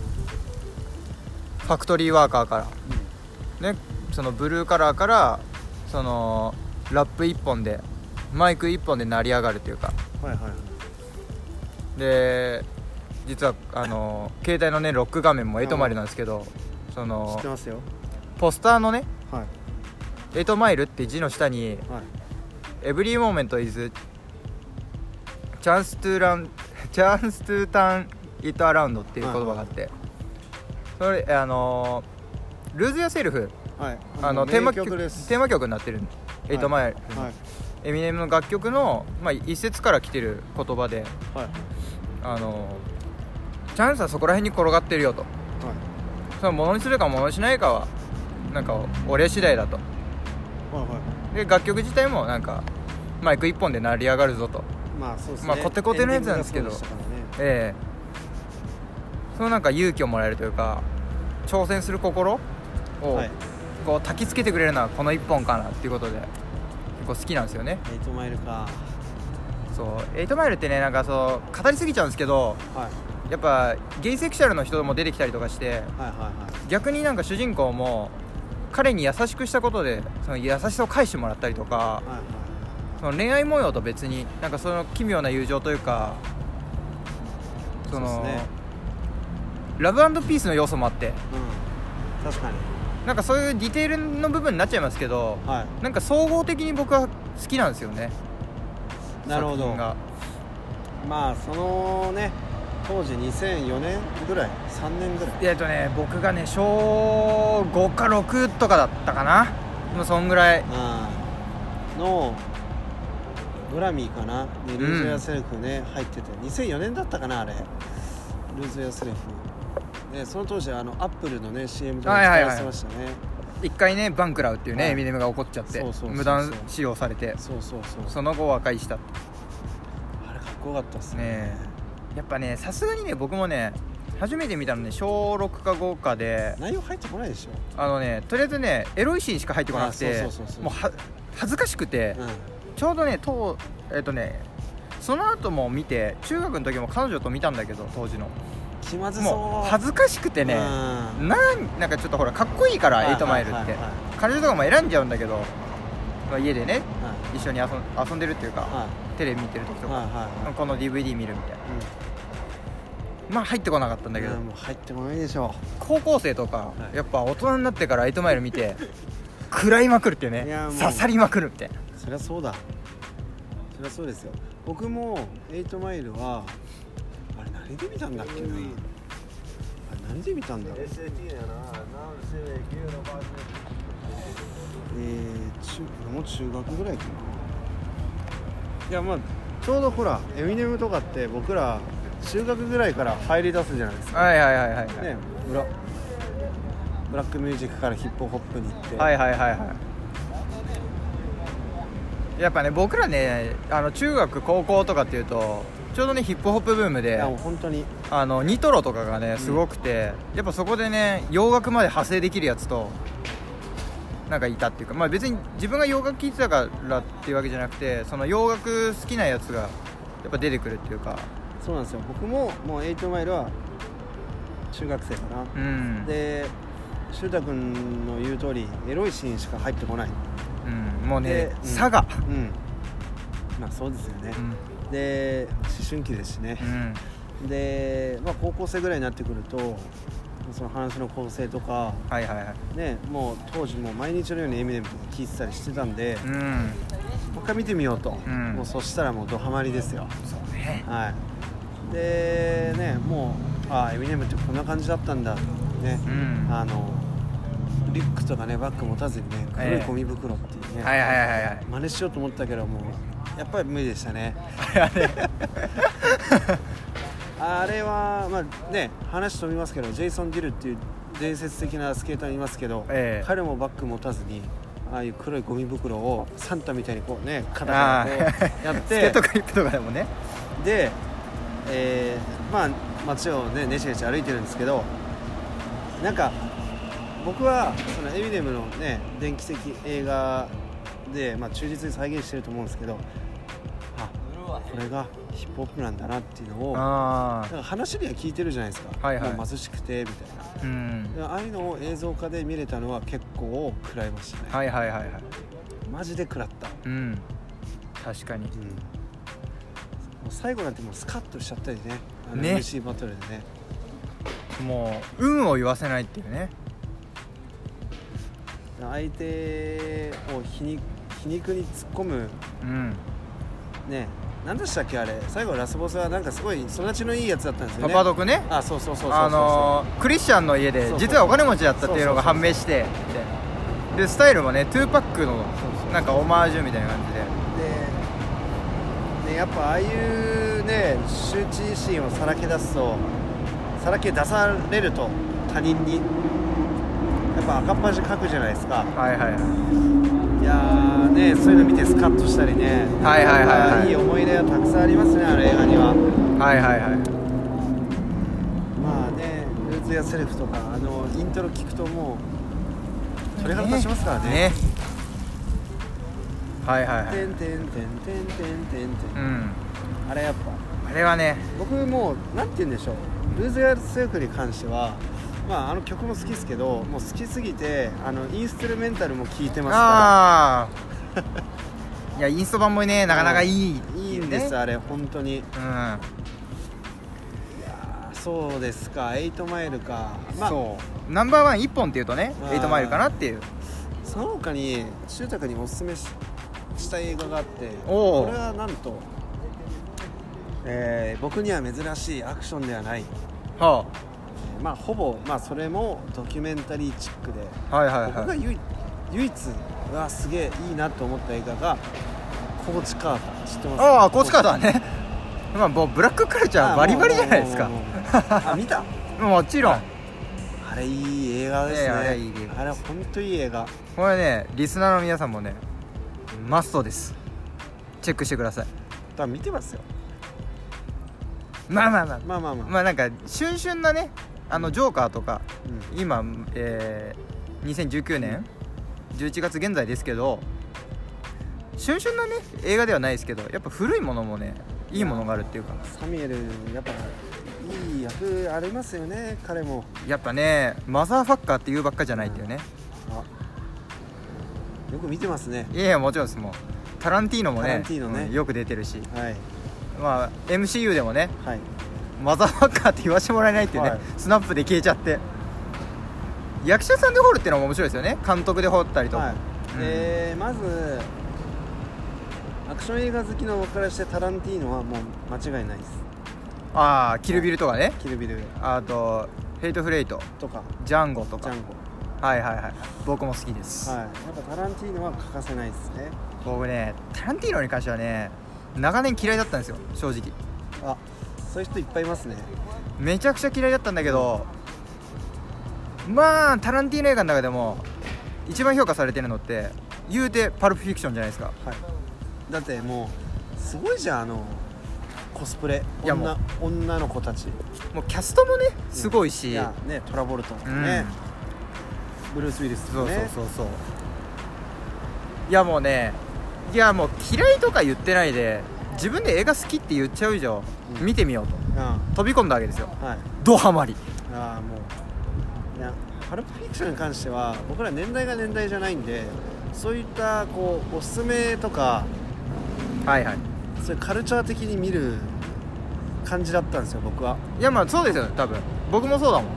[SPEAKER 1] ファクトリーワーカーか
[SPEAKER 2] うん
[SPEAKER 1] らねそのブルーカラーからそのラップ1本でマイク1本で成り上がるというか
[SPEAKER 2] はいはいはい
[SPEAKER 1] で実はあの携帯のねロック画面も8マイルなんですけどそ
[SPEAKER 2] 知
[SPEAKER 1] の
[SPEAKER 2] ってますよ
[SPEAKER 1] ポスターのね
[SPEAKER 2] はい
[SPEAKER 1] 8マイルって字の下に
[SPEAKER 2] はい
[SPEAKER 1] エブリーモーメントイズチャンストゥーランチャンストゥータンイットアラウンドっていう言葉があって、それあのー、ルーズヤセルフ
[SPEAKER 2] はい
[SPEAKER 1] あ
[SPEAKER 2] も
[SPEAKER 1] の
[SPEAKER 2] う
[SPEAKER 1] テーマ
[SPEAKER 2] 名曲です
[SPEAKER 1] テーマ曲になってるんエイトマイル、
[SPEAKER 2] はい
[SPEAKER 1] エミネムの楽曲の、まあ、一節から来てる言葉で
[SPEAKER 2] はいはい
[SPEAKER 1] あのーチャンスはそこら辺に転がってるよとそのものにするかものにしないかはなんか俺次第だと
[SPEAKER 2] はいはい
[SPEAKER 1] で楽曲自体もなんかマイク一本で成り上がるぞと
[SPEAKER 2] まあそうですね
[SPEAKER 1] まあコテコテのやつなんですけど
[SPEAKER 2] エンディングがそうでしたか
[SPEAKER 1] ええそのなんか勇気をもらえるというか挑戦する心を、
[SPEAKER 2] らねはい
[SPEAKER 1] こう焚きつけてくれるのはこの一本かなっていうことで結構好きなんですよね
[SPEAKER 2] エイトマイルか
[SPEAKER 1] そう8マイルってねなんかそう語りすぎちゃうんですけど
[SPEAKER 2] はい
[SPEAKER 1] やっぱゲイセクシャルの人も出てきたりとかして
[SPEAKER 2] はいはいはい
[SPEAKER 1] 逆になんか主人公も彼に優しくしたことでその優しさを返してもらったりとか
[SPEAKER 2] はいはい
[SPEAKER 1] その恋愛模様と別になんかその奇妙な友情というかその
[SPEAKER 2] そうですね
[SPEAKER 1] ラブピースの要素もあって
[SPEAKER 2] うん確かに
[SPEAKER 1] なんかそういうディテールの部分になっちゃいますけど
[SPEAKER 2] は
[SPEAKER 1] なんか総合的に僕は好きなんですよね
[SPEAKER 2] いなるほ
[SPEAKER 1] 作
[SPEAKER 2] ど
[SPEAKER 1] 品が
[SPEAKER 2] まあそのね当時2004年ぐらい3年ぐらい
[SPEAKER 1] いやえっとね僕がね小5か6とかだったかなでもそんぐらい
[SPEAKER 2] うんのグラミーかなにルーズ・ヨア・セルフね、入ってて2004年だったかなあれルーズ・ヨア・セルフねその当時あのアップルのね CM でも使
[SPEAKER 1] はいはいはい
[SPEAKER 2] わせてましたね、
[SPEAKER 1] 一回ねバンクラウっていうね、
[SPEAKER 2] はい
[SPEAKER 1] エミネムが怒っちゃって
[SPEAKER 2] そうそうそうそう
[SPEAKER 1] 無断使用されて
[SPEAKER 2] そうそうそう
[SPEAKER 1] その後和解したね
[SPEAKER 2] あれかっこよかったっすね
[SPEAKER 1] えやっぱねさすがにね僕もね初めて見たのね小6か5かで
[SPEAKER 2] 内容入ってこないでしょ、
[SPEAKER 1] あのねとりあえずねエロいシーンしか入ってこなくて
[SPEAKER 2] あそうそうそうそう
[SPEAKER 1] もうは恥ずかしくて、
[SPEAKER 2] うん、
[SPEAKER 1] ちょうどねとえっ、とねその後も見て中学の時も彼女と見たんだけど当時の
[SPEAKER 2] 気まずそう
[SPEAKER 1] もう恥ずかしくてね、
[SPEAKER 2] うん
[SPEAKER 1] なんなんかちょっとほらかっこいいから8マイルって、
[SPEAKER 2] はいはいはい
[SPEAKER 1] 彼女とかも選んじゃうんだけど、まあ、家でね
[SPEAKER 2] はい
[SPEAKER 1] 一緒に遊ん遊んでるっていうか、
[SPEAKER 2] は
[SPEAKER 1] テレビ見てる時
[SPEAKER 2] い
[SPEAKER 1] とか、
[SPEAKER 2] はいはいはい
[SPEAKER 1] この DVD 見るみたいな
[SPEAKER 2] うん
[SPEAKER 1] まあ入ってこなかったんだけど、
[SPEAKER 2] うんもう入ってこないでしょ
[SPEAKER 1] 高校生とか、
[SPEAKER 2] はい
[SPEAKER 1] やっぱ大人になってから8マイル見て *laughs* 食らいまくるっていうね
[SPEAKER 2] いやもう
[SPEAKER 1] 刺さりまくるみたいな
[SPEAKER 2] そりゃそうだそりゃそうですよ僕も8マイルはあれ何で見たんだっけなあれ何で見たんだろうえ
[SPEAKER 3] SAT やな、なんせ牛のバージ
[SPEAKER 2] ー、中もう中学ぐらいかないやまあちょうどほらエミネムとかって僕ら中学ぐらいから入り出すじゃないですか、
[SPEAKER 1] はいはいはいはいはい、
[SPEAKER 2] ね、ブラブラックミュージックからヒップホップに行って、
[SPEAKER 1] はいはいはいはいやっぱね僕らねあの中学高校とかっていうとちょうどねヒップホップブーム
[SPEAKER 2] い
[SPEAKER 1] で
[SPEAKER 2] やもう本当に
[SPEAKER 1] あのニトロとかがねすごくて、やっぱそこでね洋楽まで派生できるやつとなんかいたっていうかまあ別に自分が洋楽聴いてたからっていうわけじゃなくてその洋楽好きなやつがやっぱ出てくるっていうか
[SPEAKER 2] そうなんですよ僕ももう8マイルは中学生かな、
[SPEAKER 1] うん
[SPEAKER 2] でシュウタ君の言う通りエロいシーンしか入ってこない
[SPEAKER 1] うん、もうね
[SPEAKER 2] でうん
[SPEAKER 1] 佐賀
[SPEAKER 2] うんまあそうですよね、で思春期ですしね
[SPEAKER 1] う、ん
[SPEAKER 2] で、まあ、高校生ぐらいになってくるとその話の構成とか
[SPEAKER 1] はいはいはい
[SPEAKER 2] ねもう当時もう毎日のようにエミネムとか聴いてたりしてたんで、
[SPEAKER 1] う
[SPEAKER 2] も
[SPEAKER 1] ん
[SPEAKER 2] う一回見てみようと、
[SPEAKER 1] うん
[SPEAKER 2] もうそしたらもうドハマりですよ
[SPEAKER 1] そうね
[SPEAKER 2] はいでねもうああエミネムってこんな感じだったんだね、
[SPEAKER 1] うん
[SPEAKER 2] あのリュックとかねバッグ持たずにね黒
[SPEAKER 1] え
[SPEAKER 2] い
[SPEAKER 1] え
[SPEAKER 2] ゴミ袋っていうね、
[SPEAKER 1] はいはいはいはい
[SPEAKER 2] 真似しようと思ったけどもうやっぱり無理でし
[SPEAKER 1] *laughs*
[SPEAKER 2] たね *laughs* あれはまあね話飛びますけどジェイソン・ディルっていう伝説的なスケーターいますけど、
[SPEAKER 1] ええ
[SPEAKER 2] 彼もバッグ持たずにああいう黒いゴミ袋をサンタみたいにこうね肩からこうやっ
[SPEAKER 1] *laughs* スケ
[SPEAKER 2] て
[SPEAKER 1] ートクリップとかでもね
[SPEAKER 2] で、えーまあ街をねねちねち歩いてるんですけどなんか僕はそのエミネムのね電気的映画で、まあ、忠実に再現してると思うんですけどあこれがヒップホップなんだなっていうのをなん
[SPEAKER 1] あ
[SPEAKER 2] か話には聞いてるじゃないですか、
[SPEAKER 1] はいはい
[SPEAKER 2] もう貧しくてみたいな
[SPEAKER 1] あうん
[SPEAKER 2] でああいうのを映像化で見れたのは結構食らいましたね、
[SPEAKER 1] はいはいはいはい
[SPEAKER 2] マジで食らった、
[SPEAKER 1] うん確かに
[SPEAKER 2] うん、もう最後なんてもうスカッとしちゃったりねあの
[SPEAKER 1] ね
[SPEAKER 2] MC バトルでね
[SPEAKER 1] もう運を言わせないっていうね
[SPEAKER 2] 相手を皮肉皮肉に突っ込む
[SPEAKER 1] うん
[SPEAKER 2] ね何でしたっけあれ最後ラスボスはなんかすごい育ちのいいやつだったんですよ
[SPEAKER 1] パ
[SPEAKER 2] ね
[SPEAKER 1] パドクね
[SPEAKER 2] あそうそうそうそうそう
[SPEAKER 1] あのークリスチャンの家
[SPEAKER 2] そう
[SPEAKER 1] で
[SPEAKER 2] そう
[SPEAKER 1] 実はお金持ちだったっていうのが
[SPEAKER 2] そうそうそう
[SPEAKER 1] 判明してででスタイルもね2パックの
[SPEAKER 2] そうそう
[SPEAKER 1] なんかオマージュみたいな感じで
[SPEAKER 2] で、ね、やっぱああいうね周知心をさらけ出すとさらけ出されると他人にやっぱ赤っ端書くじゃないですか
[SPEAKER 1] はいはいはい
[SPEAKER 2] やーねそういうの見てスカッとしたりね
[SPEAKER 1] はいはいはいはい
[SPEAKER 2] あーいい思い出がたくさんありますねあの映画にはい
[SPEAKER 1] はいはいはい
[SPEAKER 2] まあね、ルーズやセルフとか、あのイントロ聞くともう。鳥肌立ちますからね。
[SPEAKER 1] ねはいはいはい
[SPEAKER 2] てんてんてんてんてんてん
[SPEAKER 1] う
[SPEAKER 2] てん。
[SPEAKER 1] ん
[SPEAKER 2] あれやっぱ、
[SPEAKER 1] あれはね
[SPEAKER 2] 僕もう、なんて言うんでしょう。ルーズやセルフに関しては。まあ、あの曲も好きですけど、もう好きすぎて、あのインストゥルメンタルも聴いてますか
[SPEAKER 1] ああ *laughs* いやインスト版もねなかなかいい、
[SPEAKER 2] ら。いいんです、
[SPEAKER 1] ね
[SPEAKER 2] あれ、本当に。
[SPEAKER 1] うん
[SPEAKER 2] あそうですか、エイトマイルか。まあ、
[SPEAKER 1] そうナンバーワン1本っていうとね
[SPEAKER 2] あー
[SPEAKER 1] 8マイルかなっていう
[SPEAKER 2] その他に、しゅうたくんにおすすめしした映画があって
[SPEAKER 1] おう
[SPEAKER 2] これはなんと、えー僕には珍しいアクションではない、
[SPEAKER 1] は
[SPEAKER 2] えーまあ、ほぼ、まあ、それもドキュメンタリーチックで、
[SPEAKER 1] あはいはい
[SPEAKER 2] 僕
[SPEAKER 1] は
[SPEAKER 2] が
[SPEAKER 1] い
[SPEAKER 2] 唯唯一うわすげえいいなと思った映画がコーチカーター知ってます
[SPEAKER 1] ああコーチカーターね *laughs* まあもうブラックカルチャ
[SPEAKER 2] あ
[SPEAKER 1] ーバリバリじゃないですか
[SPEAKER 2] もうもうもうあ見た
[SPEAKER 1] もちろん
[SPEAKER 2] あれいい映画です
[SPEAKER 1] い
[SPEAKER 2] ね
[SPEAKER 1] やいやあれいい映画です
[SPEAKER 2] あれ本当いい映画
[SPEAKER 1] これねリスナーの皆さんもねマストですチェックしてください
[SPEAKER 2] 多分見てますよ
[SPEAKER 1] まあまあまあ
[SPEAKER 2] まあまあまあ、
[SPEAKER 1] まあなんか旬々なねあのジョーカーとか
[SPEAKER 2] うん
[SPEAKER 1] 今、えー2019年11月現在ですけど旬々なね映画ではないですけどやっぱ古いものもねいいものがあるっていうか
[SPEAKER 2] サミュエルやっぱいい役ありますよね彼も
[SPEAKER 1] やっぱねマザーファッカーって言うばっかじゃないっていうね
[SPEAKER 2] あよく見てますね
[SPEAKER 1] いやいやもちろんですもうタランティーノもね
[SPEAKER 2] タランティーノね
[SPEAKER 1] うんよく出てるし
[SPEAKER 2] はい
[SPEAKER 1] まあ MCU でもね
[SPEAKER 2] はい
[SPEAKER 1] マザーファッカーって言わしてもらえないってね、
[SPEAKER 2] はい
[SPEAKER 1] スナップで消えちゃって役者さんで掘るってのも面白いですよね監督で掘ったりとか、
[SPEAKER 2] はい、
[SPEAKER 1] うん
[SPEAKER 2] えーまずアクション映画好きの僕からしてタランティーノはもう間違いないです
[SPEAKER 1] ああキルビルとかね
[SPEAKER 2] キルビル
[SPEAKER 1] あとヘイトフレイト
[SPEAKER 2] とか
[SPEAKER 1] ジャンゴと
[SPEAKER 2] ジ
[SPEAKER 1] か
[SPEAKER 2] ャンゴは
[SPEAKER 1] はいはいはい僕も好きです、
[SPEAKER 2] いやっぱタランティーノは欠かせないですね
[SPEAKER 1] 僕ねタランティーノに関してはね長年嫌いだったんですよ正直
[SPEAKER 2] あそういう人いっぱいいますね
[SPEAKER 1] めちゃくちゃ嫌いだったんだけどまあタランティーノ映画の中でも一番評価されてるのって言うてパルプフィクションじゃないですか
[SPEAKER 2] はいだってもうすごいじゃんあのコスプレ
[SPEAKER 1] いやもう
[SPEAKER 2] 女女の子たち
[SPEAKER 1] もうキャストもねすごいし、
[SPEAKER 2] いやねトラボルトとか
[SPEAKER 1] うん
[SPEAKER 2] ね、ブルース・ウィリスと
[SPEAKER 1] そ
[SPEAKER 2] か
[SPEAKER 1] う
[SPEAKER 2] ね
[SPEAKER 1] そうそうそう、いやもうねいやもう嫌いとか言ってないで自分で映画好きって言っちゃう以上、
[SPEAKER 2] うん
[SPEAKER 1] 見てみようと
[SPEAKER 2] うんは
[SPEAKER 1] 飛び込んだわけですよ
[SPEAKER 2] い
[SPEAKER 1] ドハマり
[SPEAKER 2] ああもういやパルプフィクションに関しては僕ら年代が年代じゃないんでそういったこうおすすめとか
[SPEAKER 1] はいはい
[SPEAKER 2] そういうカルチャー的に見る感じだったんですよ僕はい
[SPEAKER 1] やまあそうですよ多分僕もそうだもん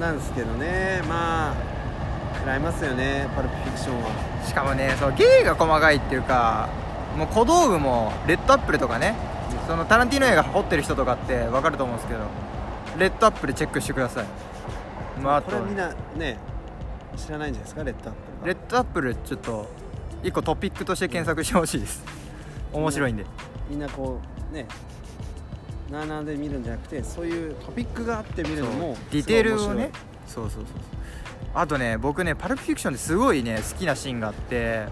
[SPEAKER 2] なんですけどねまあ食らいますよねパルプフィクションは
[SPEAKER 1] しかもねその芸が細かいっていうかもう小道具もレッドアップルとかねそのタランティーノ映画掘ってる人とかって分かると思うんですけどレッドアップルチェックしてくださいまああ
[SPEAKER 2] ことれはみんなね知らないんじゃないですかレッドアップ
[SPEAKER 1] レ
[SPEAKER 2] ル
[SPEAKER 1] ッドアップルちょっと一個トピックとして検索してほしいです面白いんで
[SPEAKER 2] みんなこうねなあなあで見るんじゃなくてそういうトピックがあって見るのも
[SPEAKER 1] ディテールをね
[SPEAKER 2] す
[SPEAKER 1] そうそうそうそうあとね僕ねパルプフィクションですごいね好きなシーンがあって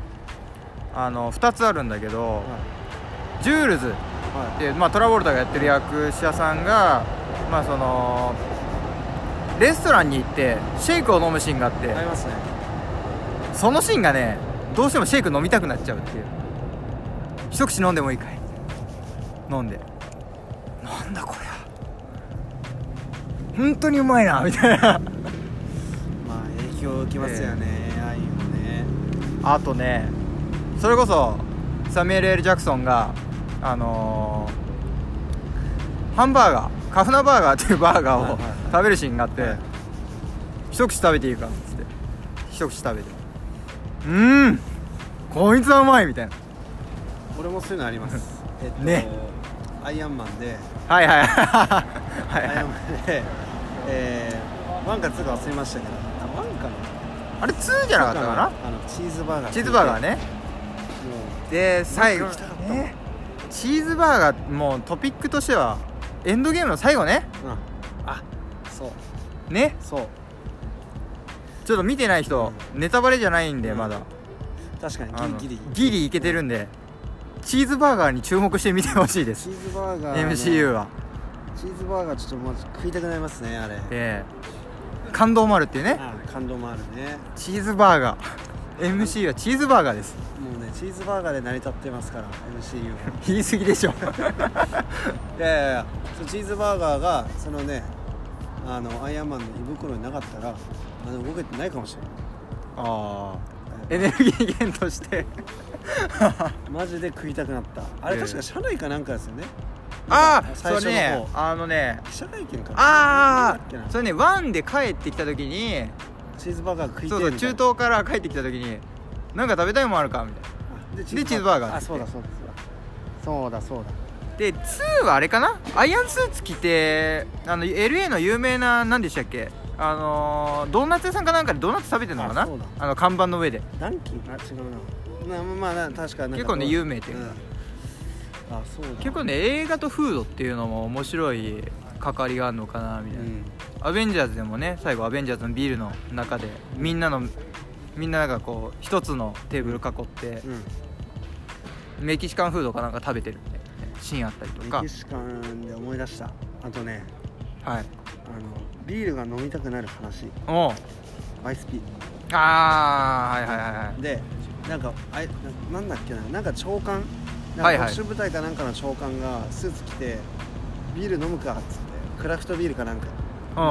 [SPEAKER 1] あの2つあるんだけど
[SPEAKER 2] ごい面
[SPEAKER 1] ジュールズ
[SPEAKER 2] 白いはい、はい
[SPEAKER 1] で、まあ、トラボルタがやってる役者さんが、まあ、そのレストランに行ってシェイクを飲むシーンがあって、
[SPEAKER 2] ありますね
[SPEAKER 1] そのシーンがねどうしてもシェイク飲みたくなっちゃうっていう一口飲んでもいいかい飲んでなんだこりゃ本当にうまいなみたいな
[SPEAKER 2] まあ影響を受けますよね、ああいうのね
[SPEAKER 1] あとねそれこそサミュエル・ L ・ジャクソンがあのーハンバーガーカフナバーガーっていうバーガー
[SPEAKER 2] はい
[SPEAKER 1] を
[SPEAKER 2] はいはい
[SPEAKER 1] 食べるシーンがあって、
[SPEAKER 2] はい
[SPEAKER 1] 一口食べていいかっつって一口食べてうーんこいつはうまいみたいな
[SPEAKER 2] 俺もそういうのありますえっと
[SPEAKER 1] ね
[SPEAKER 2] アイアンマンで
[SPEAKER 1] はいはいは
[SPEAKER 2] ア
[SPEAKER 1] い
[SPEAKER 2] イ
[SPEAKER 1] は
[SPEAKER 2] ア
[SPEAKER 1] い
[SPEAKER 2] ンマンで、えー、ワンかツーか忘れましたけどあワンかな
[SPEAKER 1] あれ2じゃなかったかな
[SPEAKER 2] あのチーズバーガー
[SPEAKER 1] チーズバーガーね
[SPEAKER 2] も
[SPEAKER 1] で最後
[SPEAKER 2] 行きたかったもん
[SPEAKER 1] ねチーズバーガーもうトピックとしてはエンドゲームの最後ね
[SPEAKER 2] う、うん、あそう
[SPEAKER 1] ね
[SPEAKER 2] そう
[SPEAKER 1] ちょっと見てない人ネタバレじゃないんでまだ
[SPEAKER 2] 確
[SPEAKER 1] あ
[SPEAKER 2] か
[SPEAKER 1] の
[SPEAKER 2] にギリギリ
[SPEAKER 1] ギリいけてるんでチーズバーガーに注目して見てほしいで
[SPEAKER 2] チ
[SPEAKER 1] す
[SPEAKER 2] ーズバーガー、ね、
[SPEAKER 1] MCU は
[SPEAKER 2] チーズバーガーちょっとまず食いたくなりますねあれ
[SPEAKER 1] ええ感動丸っていうね
[SPEAKER 2] あ感動もあるね
[SPEAKER 1] チーズバーガー MCU はチーズバーガーです
[SPEAKER 2] もうねチーズバーガーで成り立ってますから MCU は
[SPEAKER 1] 言い過ぎでし
[SPEAKER 2] *laughs*
[SPEAKER 1] ょ
[SPEAKER 2] いやいやいやそのチーズバーガーがそのねあのアイアンマンの胃袋になかったらあの動けてないかもしれな
[SPEAKER 1] ああ
[SPEAKER 2] い、
[SPEAKER 1] エネルギー源として
[SPEAKER 2] マジで食いたくなったあれ
[SPEAKER 1] ええ
[SPEAKER 2] 確か社内かなんかですよね
[SPEAKER 1] ああ
[SPEAKER 2] 最
[SPEAKER 1] そ
[SPEAKER 2] 初
[SPEAKER 1] れ
[SPEAKER 2] の
[SPEAKER 1] ね
[SPEAKER 2] 方
[SPEAKER 1] あのね
[SPEAKER 2] 記者会見かな
[SPEAKER 1] あ
[SPEAKER 2] なんだ
[SPEAKER 1] あ
[SPEAKER 2] っ
[SPEAKER 1] それねワンで帰ってきた時に
[SPEAKER 2] けなチーズバーガー食いて
[SPEAKER 1] そうそう中東から帰ってきた時になんか食べたいもんあるかみたいな
[SPEAKER 2] で
[SPEAKER 1] でチーズバーガー
[SPEAKER 2] あそうだそうだそうだそうだそうだ
[SPEAKER 1] で2はあれかなアイアンスーツ着てあの LA の有名な何でしたっけあのードーナツ屋さんかなんかでドーナツ食べてるのか
[SPEAKER 2] あ
[SPEAKER 1] な
[SPEAKER 2] そうだ
[SPEAKER 1] あの看板の上で
[SPEAKER 2] ダンキンあ違うななまあまあな確かなんか
[SPEAKER 1] 結構ね
[SPEAKER 2] どう
[SPEAKER 1] 有名っていうか
[SPEAKER 2] うんあそうだ
[SPEAKER 1] 結構ね映画とフードっていうのも面白い関わりがあるのかなみ
[SPEAKER 2] う
[SPEAKER 1] たいな、
[SPEAKER 2] ん
[SPEAKER 1] アベンジャーズでもね最後アベンジャーズのビールの中でみんなのみんながこう一つのテーブル囲って
[SPEAKER 2] うん
[SPEAKER 1] メキシカンフードかなんか食べてるみたいなねシーンあったりと
[SPEAKER 2] メ
[SPEAKER 1] か
[SPEAKER 2] キシカンで思い出したあとね
[SPEAKER 1] はい
[SPEAKER 2] あのビールが飲みたくなる話
[SPEAKER 1] おう
[SPEAKER 2] アイスピ
[SPEAKER 1] ああはいはいはいはい
[SPEAKER 2] でなんかあいななんだっけななんか長官な
[SPEAKER 1] は
[SPEAKER 2] ん
[SPEAKER 1] い
[SPEAKER 2] か
[SPEAKER 1] はい
[SPEAKER 2] 特殊部隊かなんかの長官がスーツ着てビール飲むかっつってクラフトビールかなんか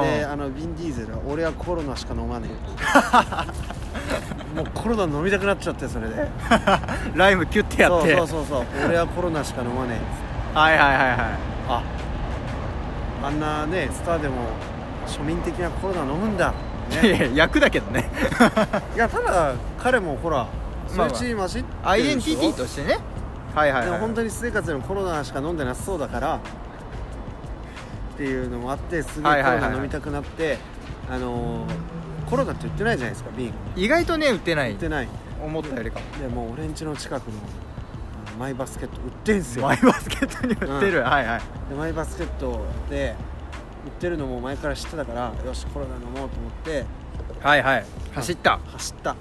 [SPEAKER 1] うん
[SPEAKER 2] であのビン・ディーゼルは俺はコロナしか飲
[SPEAKER 1] *laughs*
[SPEAKER 2] まねえもうコロナ飲みたくなっちゃってそれで *laughs*
[SPEAKER 1] ライムキュッてやって
[SPEAKER 2] そうそうそうそう俺はコロナしか飲まねえっつって
[SPEAKER 1] はいはいはいはい
[SPEAKER 2] ああんなねスターでも庶民的なコロナ飲むんだ、
[SPEAKER 1] いや
[SPEAKER 2] ね、
[SPEAKER 1] いや役だけどね
[SPEAKER 2] いやただ彼もほら
[SPEAKER 1] ま
[SPEAKER 2] そ
[SPEAKER 1] あま
[SPEAKER 2] う
[SPEAKER 1] あ
[SPEAKER 2] いうチーム走ってるでし
[SPEAKER 1] *laughs*
[SPEAKER 2] ょ
[SPEAKER 1] アイデンティティとしてねはいはい
[SPEAKER 2] で
[SPEAKER 1] は
[SPEAKER 2] も
[SPEAKER 1] い
[SPEAKER 2] 本当に私生活でもコロナしか飲んでなさそうだからっていうのもあってすご
[SPEAKER 1] はいい
[SPEAKER 2] コ
[SPEAKER 1] はい
[SPEAKER 2] ロ
[SPEAKER 1] はいはい
[SPEAKER 2] ナ飲みたくなって、あのーコロナって言ってないじゃないですか瓶
[SPEAKER 1] 意外とね売ってない
[SPEAKER 2] 言ってない
[SPEAKER 1] 思ったよりかも
[SPEAKER 2] でもう俺ん家の近くのあのマイバスケット売ってんすよ
[SPEAKER 1] マイバスケットに売ってる、
[SPEAKER 2] うん
[SPEAKER 1] はいはい
[SPEAKER 2] でマイバスケットで売ってるのも前から知ってたからよしコロナ飲もうと思って
[SPEAKER 1] はいはい走った、
[SPEAKER 2] 走った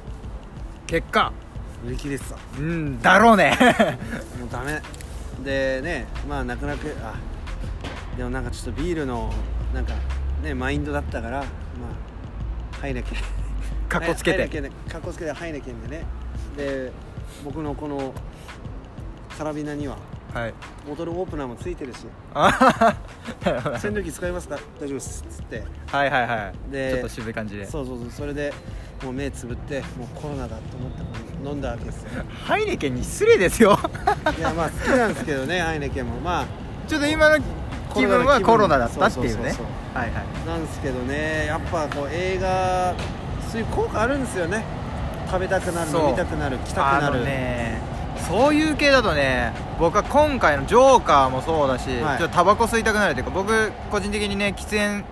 [SPEAKER 1] 結果
[SPEAKER 2] 売り切れてたも
[SPEAKER 1] うんだろうね
[SPEAKER 2] うダメでねまあなくなくあでもなんかちょっとビールのなんかねマインドだったからまあハイネケン
[SPEAKER 1] *laughs* かっこつけ
[SPEAKER 2] ハイネ
[SPEAKER 1] て
[SPEAKER 2] ケンでかっこつけてハイネケンでねで僕のこのカラビナには
[SPEAKER 1] はい
[SPEAKER 2] ボトルオープナーもついてる
[SPEAKER 1] *laughs*
[SPEAKER 2] し
[SPEAKER 1] あはは
[SPEAKER 2] 洗濯機使いますか大丈夫ですっつって
[SPEAKER 1] *laughs* はいはいはい
[SPEAKER 2] で
[SPEAKER 1] ちょっと渋い感じで
[SPEAKER 2] そうそうそうそれでもう目つぶってもうコロナだと思って飲んだわけですよ
[SPEAKER 1] ハイネケンに失礼ですよ
[SPEAKER 2] いやまあ好きなんですけどねアイネケンもま
[SPEAKER 1] *laughs* ちょっと今の気分はコ
[SPEAKER 2] コ
[SPEAKER 1] ロ
[SPEAKER 2] ロ
[SPEAKER 1] ナ
[SPEAKER 2] ナ
[SPEAKER 1] だ
[SPEAKER 2] の
[SPEAKER 1] っ
[SPEAKER 2] 気分
[SPEAKER 1] たっていうね
[SPEAKER 2] そうそうそう
[SPEAKER 1] はいはい
[SPEAKER 2] あなんですけどねやっぱこう映画そういう効果あるんですよね食べたくなる
[SPEAKER 1] そう
[SPEAKER 2] 飲みたくなる来たく
[SPEAKER 1] あ
[SPEAKER 2] な
[SPEAKER 1] の
[SPEAKER 2] る、
[SPEAKER 1] ねそういう系だとね僕は今回のジョーカーもそうだし、
[SPEAKER 2] はい
[SPEAKER 1] ちょっとタバコ吸いたくなるというか僕個人的にね喫煙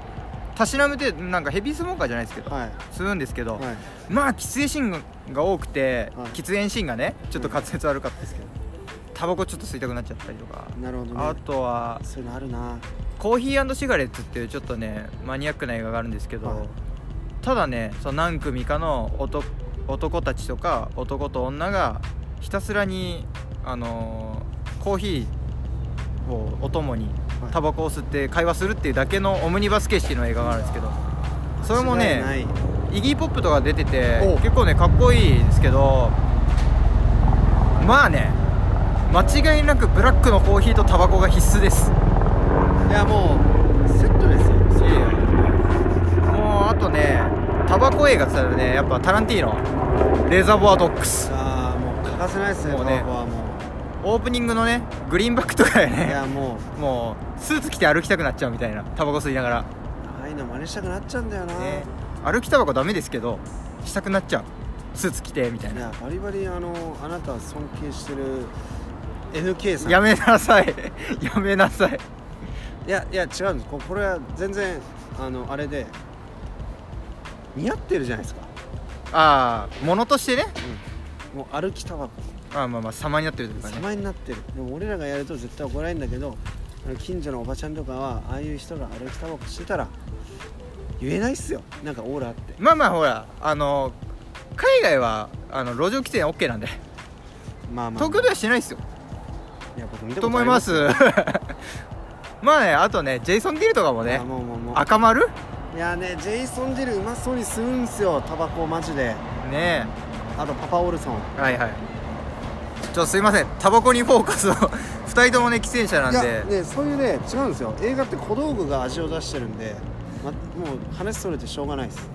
[SPEAKER 1] たしなむてなんかヘビースモーカーじゃないですけど、
[SPEAKER 2] はい
[SPEAKER 1] 吸うんですけど、
[SPEAKER 2] はい
[SPEAKER 1] まあ喫煙シーンが多くて、
[SPEAKER 2] はい
[SPEAKER 1] 喫煙シーンがねちょっと滑舌悪かったですけど、タバコちょっと吸いたくなっちゃったりとか、
[SPEAKER 2] なるほどね
[SPEAKER 1] あとは
[SPEAKER 2] そういうのあるな
[SPEAKER 1] コーヒーシガレッツっていうちょっとねマニアックな映画があるんですけど、
[SPEAKER 2] はい
[SPEAKER 1] ただねその何組かの男男たちとか男と女がひたすらにあのーコーヒーをお供に
[SPEAKER 2] はい
[SPEAKER 1] タバコを吸って会話するっていうだけのオムニバス形式の映画があるんですけどそれもね
[SPEAKER 2] 間違いない
[SPEAKER 1] イギー・ポップとか出てて
[SPEAKER 2] お
[SPEAKER 1] 結構ねかっこいいですけどまあね間違いなくブラックのコーヒーとタバコが必須です
[SPEAKER 2] いやもうセットですよ
[SPEAKER 1] いやもうあとねタバコ映画っつったらねやっぱタランティーノレザーボアドックス
[SPEAKER 2] ああもう欠かせないですね
[SPEAKER 1] もうね
[SPEAKER 2] タバコはも
[SPEAKER 1] オープニングのねグリーンバックとかで
[SPEAKER 2] うい
[SPEAKER 1] ね
[SPEAKER 2] やもう
[SPEAKER 1] もうスーツ着て歩きたくなっちゃうみたいなタバコ吸いながら、
[SPEAKER 2] ああいうの真似したくなっちゃうんだよな、
[SPEAKER 1] ね、歩きタバコダメですけどしたくなっちゃうスーツ着てみたい
[SPEAKER 2] い
[SPEAKER 1] な
[SPEAKER 2] やバリバリあのあなた尊敬してる NK さん
[SPEAKER 1] やめなさい *laughs* やめなさい
[SPEAKER 2] いやいや違うんですここれは全然あのあれで似合ってるじゃないですか、
[SPEAKER 1] ああ物としてね
[SPEAKER 2] うん、もう歩きタバコ
[SPEAKER 1] まあまあまあ様になってるというかね
[SPEAKER 2] 様になってるでも俺らがやると絶対怒られるんだけどあの近所のおばちゃんとかはああいう人が歩きタバコしてたら言えないっすよなんかオーラあって
[SPEAKER 1] まあまあほらあの海外はあの路上喫煙 OK なんで
[SPEAKER 2] まあまあ
[SPEAKER 1] 東京ではしてないですよ
[SPEAKER 2] いや僕見たこと
[SPEAKER 1] と思いま
[SPEAKER 2] あり
[SPEAKER 1] す *laughs* まあねあとねジェイソン・ディルとかも
[SPEAKER 2] ますよい
[SPEAKER 1] ね
[SPEAKER 2] やもうもうもう
[SPEAKER 1] 赤丸
[SPEAKER 2] いやねジェイソン・ディルうまそうに吸うんすよタバコマジで
[SPEAKER 1] ね
[SPEAKER 2] あとパパ・オルソン
[SPEAKER 1] えはいはいちょっとすいませんタバコにフォーカスを *laughs* 二人ともね喫煙者なん
[SPEAKER 2] い
[SPEAKER 1] で
[SPEAKER 2] やねそういうね違うんですよ映画って小道具が味を出してるんで、ま、もう話それてしょうがないです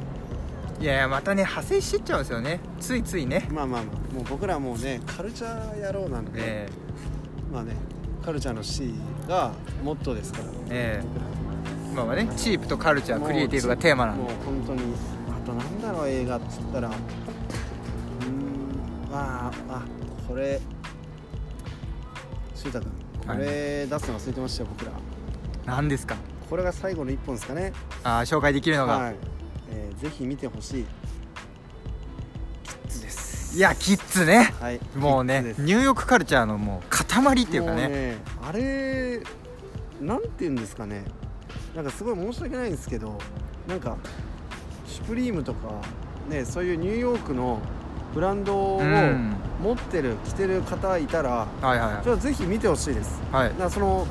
[SPEAKER 1] いやいやまたね派生してっちゃうんですよねついついね
[SPEAKER 2] まあまあまあもう僕らもうねカルチャー野郎なんで、
[SPEAKER 1] え
[SPEAKER 2] まあねカルチャーの C がモットーですから
[SPEAKER 1] えええまあまあねチープとカルチャークリエイティブがテーマなん
[SPEAKER 2] もう
[SPEAKER 1] で
[SPEAKER 2] 本当にあとなんだろう映画っつったらうーんまああこれしゅうたくんこれ出すの忘れてましたよ僕ら
[SPEAKER 1] 何ですか
[SPEAKER 2] これが最後の一本ですかね
[SPEAKER 1] ああ紹介できるのが、
[SPEAKER 2] はい、えーぜひ見てほしいキッズです
[SPEAKER 1] い、やキッズね
[SPEAKER 2] はい、
[SPEAKER 1] *laughs* もう
[SPEAKER 2] キ
[SPEAKER 1] ね
[SPEAKER 2] ッズです
[SPEAKER 1] ニューヨークカルチャーのもう塊っていうか
[SPEAKER 2] も
[SPEAKER 1] ね
[SPEAKER 2] あれなんて言うんですかねなんかすごい申し訳ないんですけどなんかシュプリームとかねそういうニューヨークのブランドを
[SPEAKER 1] うん
[SPEAKER 2] 持ってる、着てる方いたら
[SPEAKER 1] はいは
[SPEAKER 2] ちょっとぜひ見てほしいです
[SPEAKER 1] いはいはい
[SPEAKER 2] だからその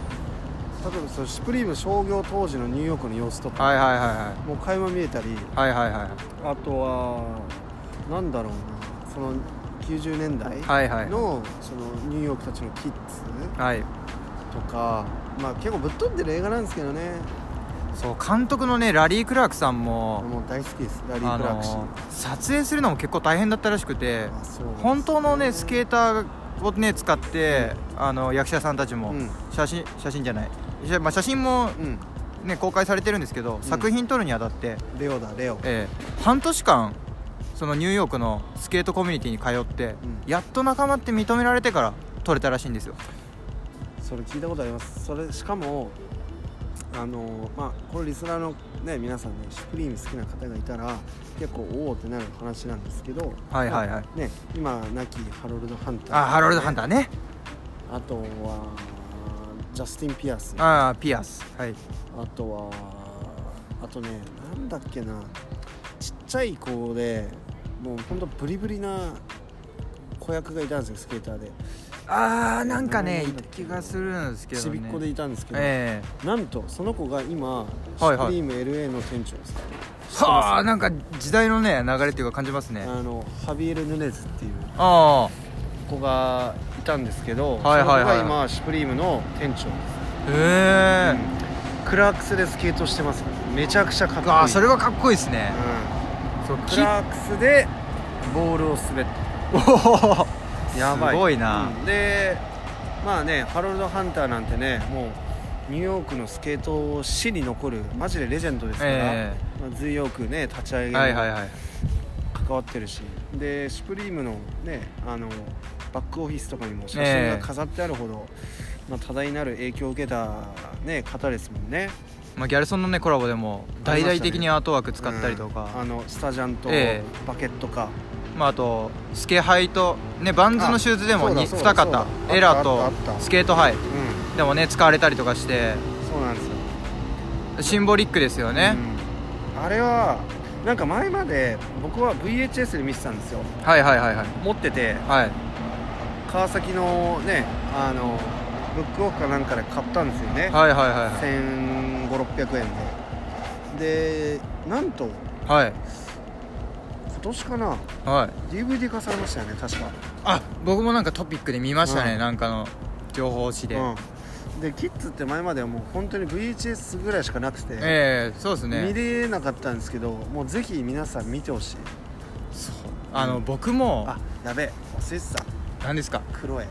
[SPEAKER 2] 例えばそのシュプリーム商業当時のニューヨークの様子とか、
[SPEAKER 1] はいはいはい
[SPEAKER 2] もう垣間見えたり
[SPEAKER 1] はいはいはい
[SPEAKER 2] あとはなんだろうなその90年代の,、
[SPEAKER 1] はいはい
[SPEAKER 2] そのニューヨークたちのキッズ
[SPEAKER 1] はい
[SPEAKER 2] とか、まあ、結構ぶっ飛んでる映画なんですけどね
[SPEAKER 1] そう監督のねラリー・クラークさんも
[SPEAKER 2] もう大好きですラリー・
[SPEAKER 1] あ
[SPEAKER 2] クラーク氏、
[SPEAKER 1] の撮影するのも結構大変だったらしくて
[SPEAKER 2] あそうなんですね
[SPEAKER 1] 本当のねスケーターをね使って、あの役者さんたちも、
[SPEAKER 2] うん
[SPEAKER 1] 写真写真じゃないじゃまあ、写真も、ね、公開されてるんですけど、作品撮るにあたって、
[SPEAKER 2] うんレオだレオ
[SPEAKER 1] ええ半年間そのニューヨークのスケートコミュニティに通って、
[SPEAKER 2] うん
[SPEAKER 1] やっと仲間って認められてから撮れたらしいんですよ
[SPEAKER 2] それ聞いたことありますそれしかもあのまあこれリスナーのね皆さんねシュプリーム好きな方がいたら結構おおってなる話なんですけど
[SPEAKER 1] はいはいはい
[SPEAKER 2] まあね今亡きハロルド・ハンター
[SPEAKER 1] あハロルド・ハンターね
[SPEAKER 2] あとはジャスティン・ピアスあ
[SPEAKER 1] ああピアスはい
[SPEAKER 2] とはあとねなんだっけなちっちゃい子でもうほんとブリブリな子役がいたんですよスケーターで
[SPEAKER 1] ああなんかね
[SPEAKER 2] なん
[SPEAKER 1] いた
[SPEAKER 2] だっけ
[SPEAKER 1] 気がするんですけどね
[SPEAKER 2] ちびっ子でいたんですけど、
[SPEAKER 1] え
[SPEAKER 2] なんとその子が今、
[SPEAKER 1] はい
[SPEAKER 2] ス
[SPEAKER 1] はい
[SPEAKER 2] クリーム LA の店長ですね
[SPEAKER 1] えはあなんか時代のね流れっていうか感じますね
[SPEAKER 2] あのハビエル・ヌネズっていう
[SPEAKER 1] あ
[SPEAKER 2] 子がいたんですけど、
[SPEAKER 1] はいはいはい
[SPEAKER 2] その子が今シュプリームの店
[SPEAKER 1] あ
[SPEAKER 2] 長
[SPEAKER 1] へえ
[SPEAKER 2] クラークスでスケートしてますめちゃくちゃかっこいい
[SPEAKER 1] ああそれはかっこいいですね
[SPEAKER 2] う
[SPEAKER 1] そう
[SPEAKER 2] ク
[SPEAKER 1] き
[SPEAKER 2] ラークスでボールを滑っ
[SPEAKER 1] おお
[SPEAKER 2] てやばい
[SPEAKER 1] すごいな
[SPEAKER 2] うんでまあねハロルド・ハンターなんてねもうニューヨークのスケート史に残るマジでレジェンドですから、
[SPEAKER 1] え
[SPEAKER 2] まあ、随よくね立ち上げ
[SPEAKER 1] え
[SPEAKER 2] に
[SPEAKER 1] はいはいはい
[SPEAKER 2] 関わってるし、でシュプリームのねあのバックオフィスとかにも写真が飾ってあるほど、まあ、多大なる影響を受けた、ね、方ですもんね
[SPEAKER 1] まあ、ギャルソンのねコラボでも
[SPEAKER 2] あ
[SPEAKER 1] 大
[SPEAKER 2] りましたね
[SPEAKER 1] 々的にアートワーク使ったりとか、
[SPEAKER 2] うんあのスタジャンと
[SPEAKER 1] え
[SPEAKER 2] バケットか、
[SPEAKER 1] まあ、あとスケハイと、ね、バンズのシューズでも
[SPEAKER 2] あそうだ
[SPEAKER 1] 2,
[SPEAKER 2] そうだそうだ
[SPEAKER 1] 型エラー
[SPEAKER 2] あ
[SPEAKER 1] と
[SPEAKER 2] ったあった
[SPEAKER 1] スケートハイ
[SPEAKER 2] う
[SPEAKER 1] でもね使われたりとかして
[SPEAKER 2] ん、そうなんですよ
[SPEAKER 1] シンボリックですよね、
[SPEAKER 2] うんあれはなんか前まで僕は VHS で見てたんですよ
[SPEAKER 1] はいはいはいはい
[SPEAKER 2] 持ってて
[SPEAKER 1] はい
[SPEAKER 2] 川崎のねあのブックオフかなんかで買ったんですよね、
[SPEAKER 1] はいはいは
[SPEAKER 2] 1500600円ででなんと
[SPEAKER 1] いはい
[SPEAKER 2] 今年かな
[SPEAKER 1] はい
[SPEAKER 2] DVD 化されましたよね確か
[SPEAKER 1] あ僕もなんかトピックで見ましたね、
[SPEAKER 2] うん
[SPEAKER 1] なんかの情報誌で、
[SPEAKER 2] うん、でキッズって前まではもう本当に VHS ぐらいしかなくて、
[SPEAKER 1] ええそうです
[SPEAKER 2] 見
[SPEAKER 1] ね
[SPEAKER 2] れなかったんですけどもうぜひ皆さん見てほしい
[SPEAKER 1] そうあの僕も
[SPEAKER 2] あやべえ忘れてた
[SPEAKER 1] 何ですか
[SPEAKER 2] クロエ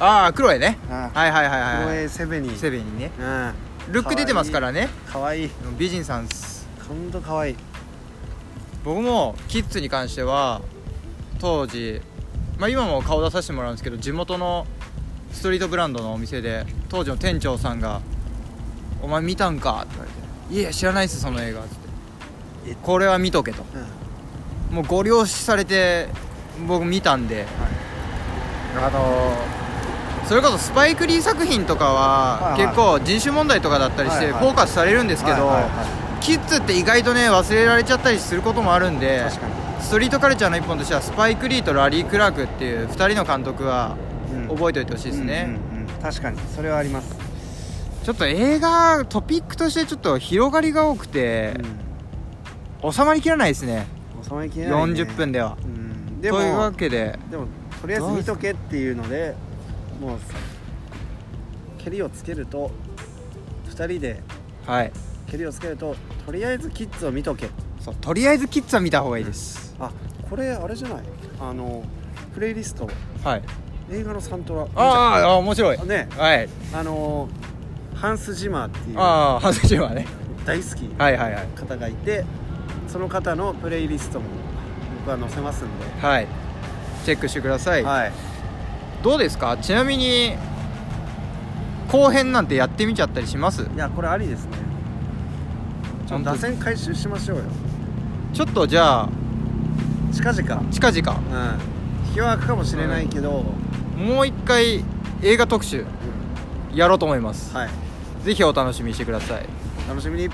[SPEAKER 1] ああクロエね
[SPEAKER 2] あ
[SPEAKER 1] はいはいはい
[SPEAKER 2] クロ
[SPEAKER 1] はい
[SPEAKER 2] エセベニー
[SPEAKER 1] セベにね
[SPEAKER 2] うん
[SPEAKER 1] ルック出てますからね
[SPEAKER 2] かわいい
[SPEAKER 1] 美人さんっす
[SPEAKER 2] ほんとかわいい
[SPEAKER 1] 僕もキッズに関しては当時、まあ、今も顔出させてもらうんですけど地元のストリートブランドのお店で当時の店長さんが「お前見たんか?」って言われて「いや知らないっすその映画」っつって「これは見とけ」と
[SPEAKER 2] うんはい
[SPEAKER 1] もうご了承されて僕見たんであのそれこそスパイク・リー作品とかは
[SPEAKER 2] はいは
[SPEAKER 1] 結
[SPEAKER 2] い
[SPEAKER 1] 構人種問題とかだったりして
[SPEAKER 2] はいはい
[SPEAKER 1] フォーカスされるんですけど
[SPEAKER 2] はいは
[SPEAKER 1] キッズって意外とね忘れられちゃったりすることもあるんで
[SPEAKER 2] い確かに
[SPEAKER 1] ストリートカルチャーの一本としてはスパイク・リーとラリー・クラークっていう2人の監督は
[SPEAKER 2] うん
[SPEAKER 1] 覚えておいてほしいですね、
[SPEAKER 2] うんうんうん確かにそれはあります
[SPEAKER 1] ちょっと映画トピックとしてちょっと広がりが多くて、収まりきらないですね
[SPEAKER 2] 収まりきれないね
[SPEAKER 1] 40分では
[SPEAKER 2] うんで
[SPEAKER 1] と
[SPEAKER 2] も
[SPEAKER 1] いうわけで
[SPEAKER 2] でもとりあえず見とけっていうのでもう蹴りをつけると2人で
[SPEAKER 1] はい
[SPEAKER 2] 蹴りをつけるととりあえずキッズを見とけ
[SPEAKER 1] そうとりあえずキッズは見た方がいいです、
[SPEAKER 2] あこれあれじゃないあのプレイリスト
[SPEAKER 1] はい
[SPEAKER 2] 映画のサントラ
[SPEAKER 1] ああああ面白い
[SPEAKER 2] ね
[SPEAKER 1] はい
[SPEAKER 2] あのハンス・ジマーっていう
[SPEAKER 1] ああ反省中はね
[SPEAKER 2] 大好き
[SPEAKER 1] はいはいはい
[SPEAKER 2] 方がいてその方のプレイリストも僕は載せますんで、
[SPEAKER 1] はいチェックしてください、
[SPEAKER 2] はい、
[SPEAKER 1] どうですかちなみに後編なんてやってみちゃったりします
[SPEAKER 2] いやこれありですねちょっと打線回収しましょうよ
[SPEAKER 1] ちょっとじゃあ
[SPEAKER 2] 近々
[SPEAKER 1] 近々
[SPEAKER 2] うん引き分くかもしれないけど、
[SPEAKER 1] もう一回映画特集やろうと思います、
[SPEAKER 2] はい
[SPEAKER 1] ぜひお楽しみにしてください
[SPEAKER 2] 楽しみに